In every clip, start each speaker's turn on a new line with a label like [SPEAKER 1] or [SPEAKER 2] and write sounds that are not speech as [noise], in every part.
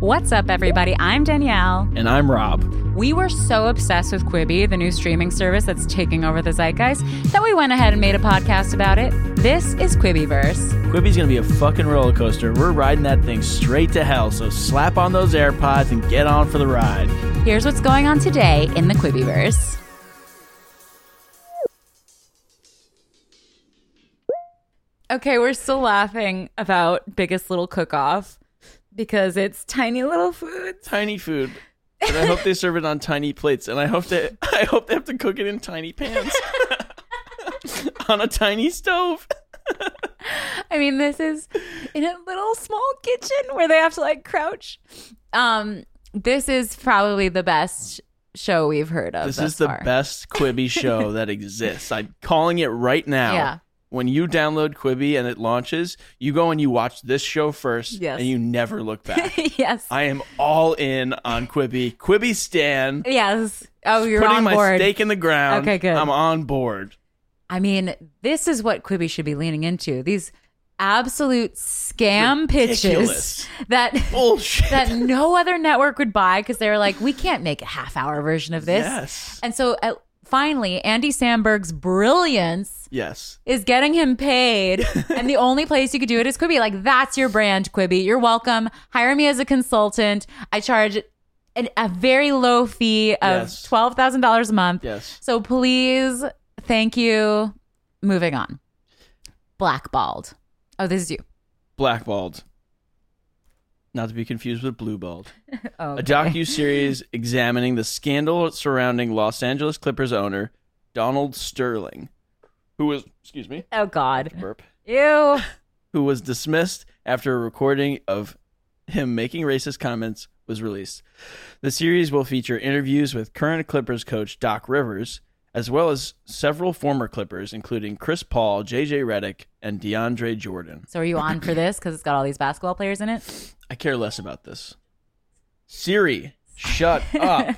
[SPEAKER 1] What's up, everybody? I'm Danielle.
[SPEAKER 2] And I'm Rob.
[SPEAKER 1] We were so obsessed with Quibi, the new streaming service that's taking over the zeitgeist, that we went ahead and made a podcast about it. This is Quibiverse.
[SPEAKER 2] Quibi's gonna be a fucking roller coaster. We're riding that thing straight to hell, so slap on those AirPods and get on for the ride.
[SPEAKER 1] Here's what's going on today in the Quibiverse. Okay, we're still laughing about Biggest Little Cook Off because it's tiny little foods.
[SPEAKER 2] Tiny food. And I hope they serve it on tiny plates, and I hope they I hope they have to cook it in tiny pans. [laughs] on a tiny stove.
[SPEAKER 1] I mean, this is in a little small kitchen where they have to like crouch. Um, this is probably the best show we've heard of.
[SPEAKER 2] This
[SPEAKER 1] thus
[SPEAKER 2] is the
[SPEAKER 1] far.
[SPEAKER 2] best
[SPEAKER 1] [laughs]
[SPEAKER 2] Quibi show that exists. I'm calling it right now.
[SPEAKER 1] Yeah.
[SPEAKER 2] When you download Quibi and it launches, you go and you watch this show first,
[SPEAKER 1] Yes.
[SPEAKER 2] and you never look
[SPEAKER 1] [laughs]
[SPEAKER 2] back.
[SPEAKER 1] yes.
[SPEAKER 2] I am all in on Quibi. Quibi Stan.
[SPEAKER 1] yes. Oh, you're
[SPEAKER 2] putting
[SPEAKER 1] on
[SPEAKER 2] my
[SPEAKER 1] board.
[SPEAKER 2] stake in the ground.
[SPEAKER 1] Okay, good.
[SPEAKER 2] I'm on board.
[SPEAKER 1] I mean, this is what Quibi should be leaning into. These absolute scam pitches
[SPEAKER 2] Ridiculous.
[SPEAKER 1] that
[SPEAKER 2] Bullshit.
[SPEAKER 1] that no other network would buy because they were like, we can't make a half hour version of this.
[SPEAKER 2] [laughs] Yes.
[SPEAKER 1] And so uh, finally, Andy Sandberg's brilliance
[SPEAKER 2] Yes.
[SPEAKER 1] is getting him
[SPEAKER 2] [laughs]
[SPEAKER 1] paid. and the only place you could do it is Quibi. Like, that's your brand, Quibi. You're welcome. Hire me as a consultant. I charge an, a very low fee of
[SPEAKER 2] Yes.
[SPEAKER 1] $12,000 a month.
[SPEAKER 2] Yes.
[SPEAKER 1] So please, thank you. Moving on. Blackballed. Oh, this is you.
[SPEAKER 2] Blackballed. Not to be confused with
[SPEAKER 1] [laughs]
[SPEAKER 2] Blueballed.
[SPEAKER 1] Oh,
[SPEAKER 2] A docu series examining the scandal surrounding Los Angeles Clippers owner Donald Sterling, who was excuse me,
[SPEAKER 1] oh God.
[SPEAKER 2] burp,
[SPEAKER 1] Ew.
[SPEAKER 2] who was dismissed after a recording of him making racist comments was released. The series will feature interviews with current Clippers coach Doc Rivers, as well as several former Clippers, including Chris Paul, JJ Redick, and DeAndre Jordan.
[SPEAKER 1] So are you on for this? Because it's got all these basketball players in it. [laughs]
[SPEAKER 2] I care less about this. Siri,
[SPEAKER 1] [laughs]
[SPEAKER 2] shut up.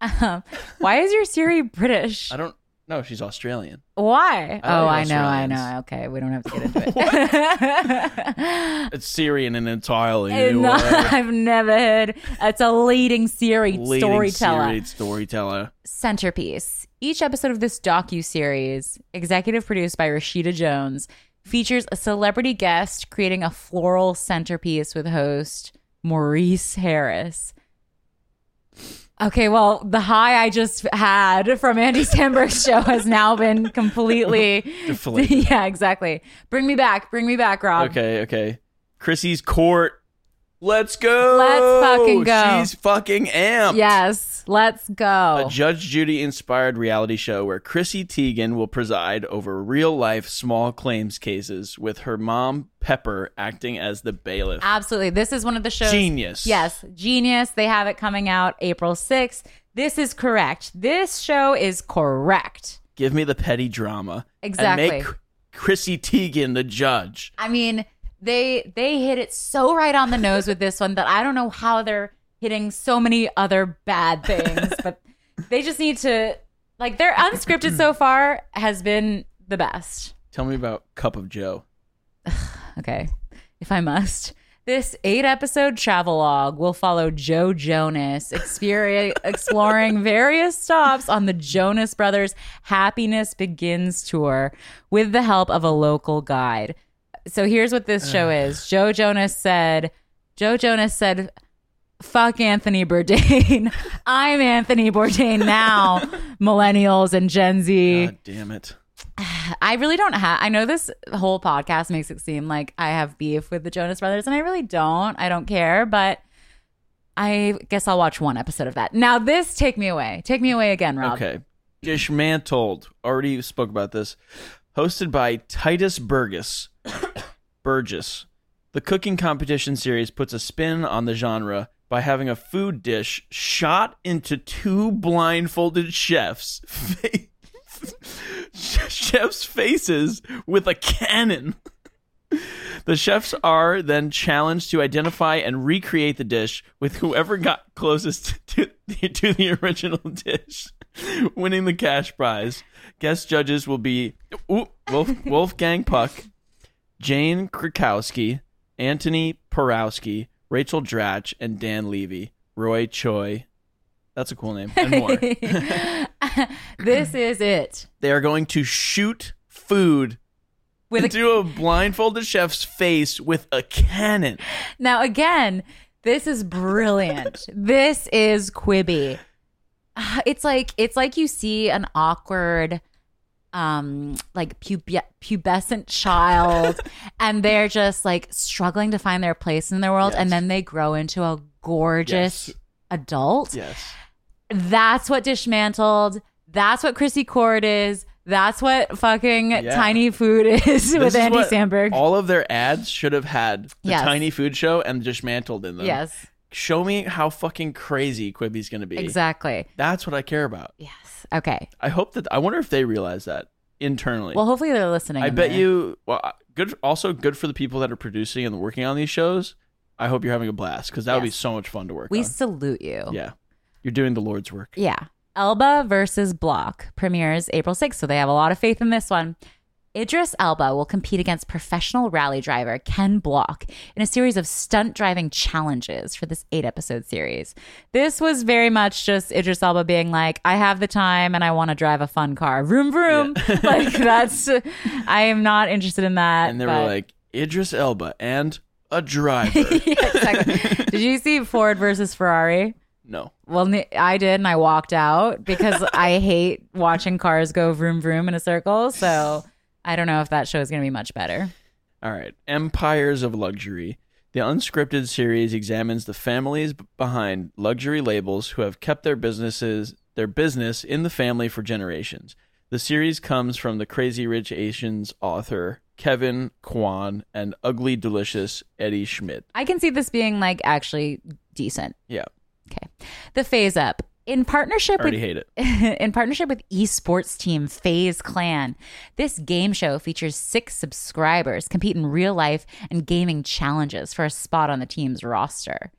[SPEAKER 1] Um, why is your Siri British?
[SPEAKER 2] I don't know. She's Australian.
[SPEAKER 1] Why?
[SPEAKER 2] I
[SPEAKER 1] oh, I
[SPEAKER 2] like
[SPEAKER 1] know, I
[SPEAKER 2] Australians.
[SPEAKER 1] know. Okay, we don't have to get
[SPEAKER 2] [laughs]
[SPEAKER 1] into it. [laughs]
[SPEAKER 2] It's Syrian and entirely
[SPEAKER 1] And
[SPEAKER 2] new word.
[SPEAKER 1] I've never heard. It's a leading Siri
[SPEAKER 2] Leading
[SPEAKER 1] storyteller.
[SPEAKER 2] Siri storyteller.
[SPEAKER 1] Centerpiece. Each episode of this docu series, executive produced by Rashida Jones, features a celebrity guest creating a floral centerpiece with host Maurice Harris. Okay, well, the high I just had from
[SPEAKER 2] [laughs]
[SPEAKER 1] Andy Samberg's show has now been completely
[SPEAKER 2] Deflated.
[SPEAKER 1] [laughs] Yeah, exactly. Bring me back. Bring me back, Rob.
[SPEAKER 2] Okay, okay. Chrissy's court. Let's go.
[SPEAKER 1] Let's fucking go.
[SPEAKER 2] She's fucking amped.
[SPEAKER 1] Yes, let's go.
[SPEAKER 2] A Judge Judy inspired reality show where Chrissy Teigen will preside over real life small claims cases with her mom, Pepper, acting as the bailiff.
[SPEAKER 1] Absolutely. This is one of the shows.
[SPEAKER 2] Genius.
[SPEAKER 1] Yes, genius. They have it coming out April 6th. This is correct. This show is correct.
[SPEAKER 2] Give me the petty drama.
[SPEAKER 1] Exactly.
[SPEAKER 2] And make Chrissy Teigen the judge.
[SPEAKER 1] I mean, they they hit it so right on the nose with this one that I don't know how they're hitting so many other bad things, [laughs] but they just need to like their unscripted so far has been the best.
[SPEAKER 2] Tell me about Cup of Joe.
[SPEAKER 1] Okay, if I must. This eight episode travelogue will follow Joe Jonas experi- exploring various stops on the Jonas Brothers Happiness Begins tour with the help of a local guide. So here's what this show is Joe Jonas said, Joe Jonas said, fuck Anthony Bourdain. [laughs] I'm Anthony Bourdain now, millennials and Gen Z.
[SPEAKER 2] God damn it.
[SPEAKER 1] I really don't have. I know this whole podcast makes it seem like I have beef with the Jonas Brothers, and I really don't. I don't care, but I guess I'll watch one episode of that. Now, this take me away. Take me away again, Rob.
[SPEAKER 2] Okay. Dismantled. Already spoke about this. Hosted by Titus Burgess. [coughs] Burgess. The cooking competition series puts a spin on the genre by having a food dish shot into two blindfolded chefs. [laughs] chefs' faces with a cannon. The chefs are then challenged to identify and recreate the dish with whoever got closest to, to the original dish, winning the cash prize. Guest judges will be ooh, Wolf, Wolfgang Puck, Jane Krakowski, Anthony Porowski, Rachel Dratch, and Dan Levy. Roy Choi. That's a cool name.
[SPEAKER 1] [laughs]
[SPEAKER 2] And more.
[SPEAKER 1] this is it.
[SPEAKER 2] they are going to shoot food
[SPEAKER 1] With
[SPEAKER 2] [laughs]
[SPEAKER 1] a,
[SPEAKER 2] into a blindfolded chef's face with a cannon.
[SPEAKER 1] now again, this is
[SPEAKER 2] [laughs]
[SPEAKER 1] brilliant. this is Quibi. Ah, It's like it's like you see an awkward um like pube- pubescent
[SPEAKER 2] [laughs]
[SPEAKER 1] child and they're just like struggling to find their place in the world and
[SPEAKER 2] Yes.
[SPEAKER 1] then they grow into a gorgeous
[SPEAKER 2] Yes.
[SPEAKER 1] adult.
[SPEAKER 2] Yes.
[SPEAKER 1] That's what dismantled. That's what Chrissy Cord is. That's what fucking
[SPEAKER 2] Yeah.
[SPEAKER 1] tiny food is with
[SPEAKER 2] is
[SPEAKER 1] Andy
[SPEAKER 2] what
[SPEAKER 1] Samberg.
[SPEAKER 2] All of their ads should have had the
[SPEAKER 1] Yes.
[SPEAKER 2] tiny food show and dismantled in them.
[SPEAKER 1] yes,
[SPEAKER 2] Show me how fucking crazy Quibi's going to be.
[SPEAKER 1] exactly.
[SPEAKER 2] That's what I care about.
[SPEAKER 1] Yes. Okay.
[SPEAKER 2] I hope that I wonder if they realize that internally.
[SPEAKER 1] Well, hopefully they're listening.
[SPEAKER 2] I
[SPEAKER 1] in
[SPEAKER 2] bet
[SPEAKER 1] there.
[SPEAKER 2] you. Well, I- good. Also, good for the people that are producing and working on these shows. I hope you're having a blast because that would be
[SPEAKER 1] Yes.
[SPEAKER 2] so much fun to work
[SPEAKER 1] We
[SPEAKER 2] on.
[SPEAKER 1] salute you.
[SPEAKER 2] Yeah, you're doing the Lord's work.
[SPEAKER 1] Yeah. Elba versus Block premieres April 6th, so they have a lot of faith in this one. Idris Elba will compete against professional rally driver Ken Block in a series of stunt driving challenges for this eight episode series. This was very much just Idris Elba being like, I have the time and I want to drive a fun car. Vroom, vroom. [laughs] like, that's, I am not interested in that.
[SPEAKER 2] And they
[SPEAKER 1] but-
[SPEAKER 2] were like Idris Elba and
[SPEAKER 1] [laughs]
[SPEAKER 2] a driver.
[SPEAKER 1] yeah, [laughs] exactly. Did you see Ford versus Ferrari?
[SPEAKER 2] no,
[SPEAKER 1] Well, ne- I did, and I walked out
[SPEAKER 2] [laughs]
[SPEAKER 1] because I hate watching cars go vroom vroom in a circle. So I don't know if that show is going to be much better.
[SPEAKER 2] all right. Empires of luxury. The unscripted series examines the families b- behind luxury labels who have kept their businesses their business in the family for generations. The series comes from the Crazy Rich Asians author Kevin Kwan and Ugly Delicious Eddie Schmidt.
[SPEAKER 1] I can see this being like actually decent.
[SPEAKER 2] Yeah,
[SPEAKER 1] Okay, the phase up in partnership with
[SPEAKER 2] already hate it.
[SPEAKER 1] [laughs] in partnership with esports team Phase Clan. This game show features six subscribers compete in real life and gaming challenges for a spot on the team's roster.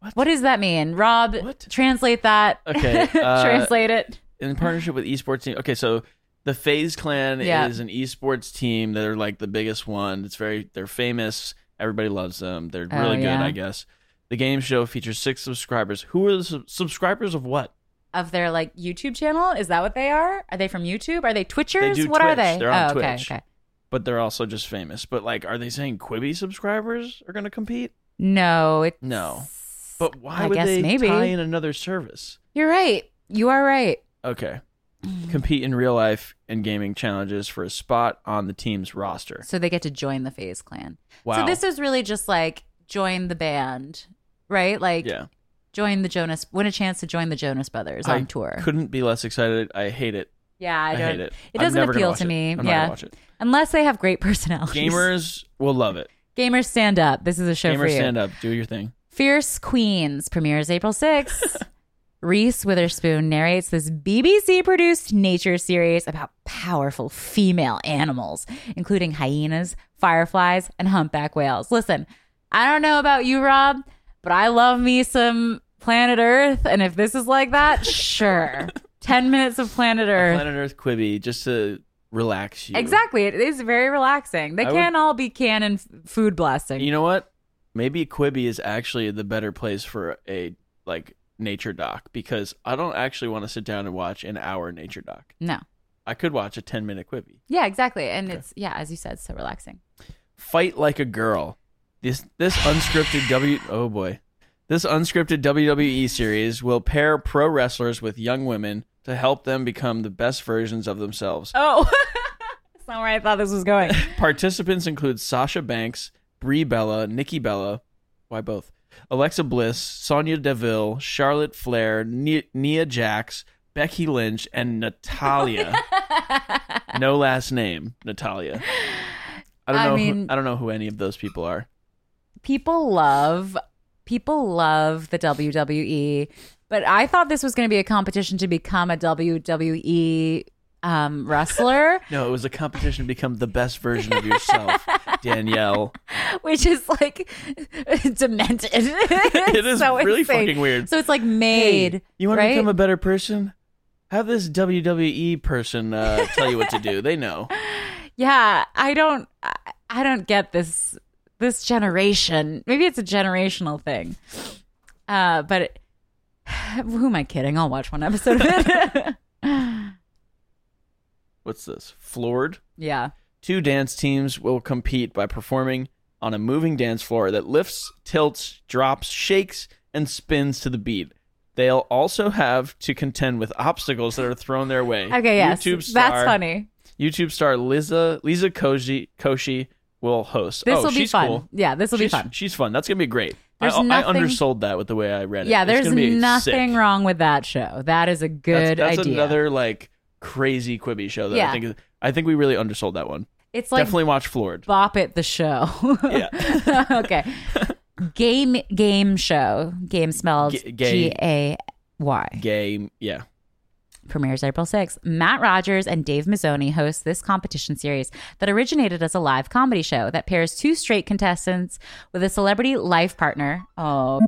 [SPEAKER 2] What?
[SPEAKER 1] What does that mean, Rob?
[SPEAKER 2] What?
[SPEAKER 1] Translate that. [laughs]
[SPEAKER 2] Okay, uh,
[SPEAKER 1] translate it.
[SPEAKER 2] in partnership with esports team. Okay, so the Phase Clan
[SPEAKER 1] Yeah.
[SPEAKER 2] is an esports team. They're like the biggest one. It's very they're famous. Everybody loves them. They're
[SPEAKER 1] Oh,
[SPEAKER 2] really good,
[SPEAKER 1] yeah.
[SPEAKER 2] I guess. The game show features six subscribers. Who are the sub- subscribers of what?
[SPEAKER 1] of their like YouTube channel? Is that what they are? Are they from YouTube? Are they Twitchers?
[SPEAKER 2] They do
[SPEAKER 1] what are
[SPEAKER 2] Twitch.
[SPEAKER 1] they?
[SPEAKER 2] They're on
[SPEAKER 1] oh, okay,
[SPEAKER 2] Twitch.
[SPEAKER 1] okay.
[SPEAKER 2] But they're also just famous. But like, are they saying Quibi subscribers are going to compete?
[SPEAKER 1] No, it's
[SPEAKER 2] No. But why
[SPEAKER 1] I
[SPEAKER 2] would
[SPEAKER 1] guess
[SPEAKER 2] they
[SPEAKER 1] maybe.
[SPEAKER 2] tie in another service?
[SPEAKER 1] You're right. You are right.
[SPEAKER 2] Okay, compete in real life and gaming challenges for a spot on the team's roster.
[SPEAKER 1] So they get to join the Phase Clan.
[SPEAKER 2] Wow.
[SPEAKER 1] So this is really just like join the band, right? Like
[SPEAKER 2] yeah.
[SPEAKER 1] join the Jonas, win a chance to join the Jonas Brothers
[SPEAKER 2] I
[SPEAKER 1] on tour.
[SPEAKER 2] Couldn't be less excited. I hate it.
[SPEAKER 1] yeah, I
[SPEAKER 2] I
[SPEAKER 1] don't.
[SPEAKER 2] hate it. I'm
[SPEAKER 1] doesn't
[SPEAKER 2] never gonna
[SPEAKER 1] appeal
[SPEAKER 2] watch
[SPEAKER 1] to
[SPEAKER 2] it.
[SPEAKER 1] me.
[SPEAKER 2] I'm not
[SPEAKER 1] yeah,
[SPEAKER 2] gonna watch it.
[SPEAKER 1] unless they have great [laughs] personalities.
[SPEAKER 2] Gamers will love it.
[SPEAKER 1] gamers stand up. This is a show for
[SPEAKER 2] Gamers
[SPEAKER 1] you.
[SPEAKER 2] stand up, do your thing.
[SPEAKER 1] Fierce Queens premieres April 6th. Reese Witherspoon narrates this BBC produced nature series about powerful female animals, including hyenas, fireflies, and humpback whales. Listen, I don't know about you, Rob, but I love me some planet Earth. And if this is like that, sure. 10 minutes of planet Earth.
[SPEAKER 2] Planet Earth Quibi just to relax you.
[SPEAKER 1] Exactly. It is very relaxing. They
[SPEAKER 2] I would-
[SPEAKER 1] can't all be cannon f- food blasting.
[SPEAKER 2] You know what? Maybe Quibi is actually the better place for a like nature doc because I don't actually want to sit down and watch an hour nature doc.
[SPEAKER 1] no.
[SPEAKER 2] I could watch a 10 minute Quibi.
[SPEAKER 1] Yeah, exactly. And it's, yeah, as you said, so relaxing.
[SPEAKER 2] Fight like a girl. This this unscripted W oh boy. This unscripted WWE series will pair pro wrestlers with young women to help them become the best versions of themselves.
[SPEAKER 1] Oh, [laughs] that's not where I thought this was
[SPEAKER 2] [laughs]
[SPEAKER 1] going.
[SPEAKER 2] Participants include Sasha Banks, Brie Bella, Nikki Bella, why both? Alexa Bliss, Sonya Deville, Charlotte Flair, Nia, Nia Jax, Becky Lynch, and
[SPEAKER 1] [laughs]
[SPEAKER 2] Natalia. no last name, Natalia. I don't
[SPEAKER 1] I
[SPEAKER 2] know.
[SPEAKER 1] mean-
[SPEAKER 2] who, I don't know who any of those people are.
[SPEAKER 1] people love people love the WWE, but I thought this was going to be a competition to become a WWE um,
[SPEAKER 2] [laughs]
[SPEAKER 1] wrestler,
[SPEAKER 2] No, it was a competition to become the best version of
[SPEAKER 1] [laughs]
[SPEAKER 2] yourself, Danielle.
[SPEAKER 1] which is like [laughs] demented.
[SPEAKER 2] It
[SPEAKER 1] [laughs]
[SPEAKER 2] is
[SPEAKER 1] so
[SPEAKER 2] really
[SPEAKER 1] insane.
[SPEAKER 2] fucking weird.
[SPEAKER 1] So it's like made.
[SPEAKER 2] you want
[SPEAKER 1] right?
[SPEAKER 2] to become a better person? Have this WWE person uh, tell you what to do. They know.
[SPEAKER 1] yeah? I don't. I, I don't get this this generation. Maybe it's a generational thing. Uh, but [sighs] it- who am I kidding? I'll watch one episode of it. [laughs]
[SPEAKER 2] What's this? Floored?
[SPEAKER 1] yeah.
[SPEAKER 2] Two dance teams will compete by performing on a moving dance floor that lifts, tilts, drops, shakes, and spins to the beat. They'll also have to contend with obstacles that are thrown their way.
[SPEAKER 1] [laughs] Okay. Yes.
[SPEAKER 2] YouTube star,
[SPEAKER 1] That's funny.
[SPEAKER 2] YouTube star Liza Lisa Koshi Koshi will host.
[SPEAKER 1] This
[SPEAKER 2] oh,
[SPEAKER 1] will be
[SPEAKER 2] she's
[SPEAKER 1] fun.
[SPEAKER 2] Cool.
[SPEAKER 1] Yeah. This will be
[SPEAKER 2] She's,
[SPEAKER 1] fun.
[SPEAKER 2] she's fun. That's gonna be great. I,
[SPEAKER 1] There's
[SPEAKER 2] I
[SPEAKER 1] nothing-
[SPEAKER 2] undersold that with the way I read it.
[SPEAKER 1] Yeah.
[SPEAKER 2] It's
[SPEAKER 1] There's
[SPEAKER 2] gonna be
[SPEAKER 1] nothing
[SPEAKER 2] sick.
[SPEAKER 1] wrong with that show. That is a
[SPEAKER 2] That's-
[SPEAKER 1] good
[SPEAKER 2] that's,
[SPEAKER 1] idea.
[SPEAKER 2] another like crazy Quibi show that
[SPEAKER 1] Yeah.
[SPEAKER 2] I think is- I think we really undersold that one.
[SPEAKER 1] it's like
[SPEAKER 2] Definitely watch Floored.
[SPEAKER 1] Bop It the show.
[SPEAKER 2] Yeah.
[SPEAKER 1] [laughs]
[SPEAKER 2] [laughs]
[SPEAKER 1] okay. Game game show. Game spelled
[SPEAKER 2] G-
[SPEAKER 1] G
[SPEAKER 2] gay.
[SPEAKER 1] A Y.
[SPEAKER 2] Game, yeah.
[SPEAKER 1] Premieres April 6th. Matt Rogers and Dave Mazzoni host this competition series that originated as a live comedy show that pairs two straight contestants with a celebrity life partner. Oh,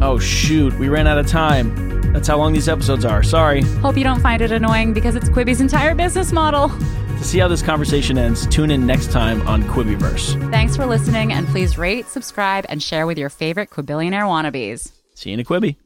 [SPEAKER 2] Oh shoot, we ran out of time. That's how long these episodes are. Sorry.
[SPEAKER 1] hope you don't find it annoying because it's Quibi's entire business model.
[SPEAKER 2] To see how this conversation ends, tune in next time on Quibiverse.
[SPEAKER 1] Thanks for listening, and please rate, subscribe, and share with your favorite Quibillionaire wannabes.
[SPEAKER 2] See you in a Quibi.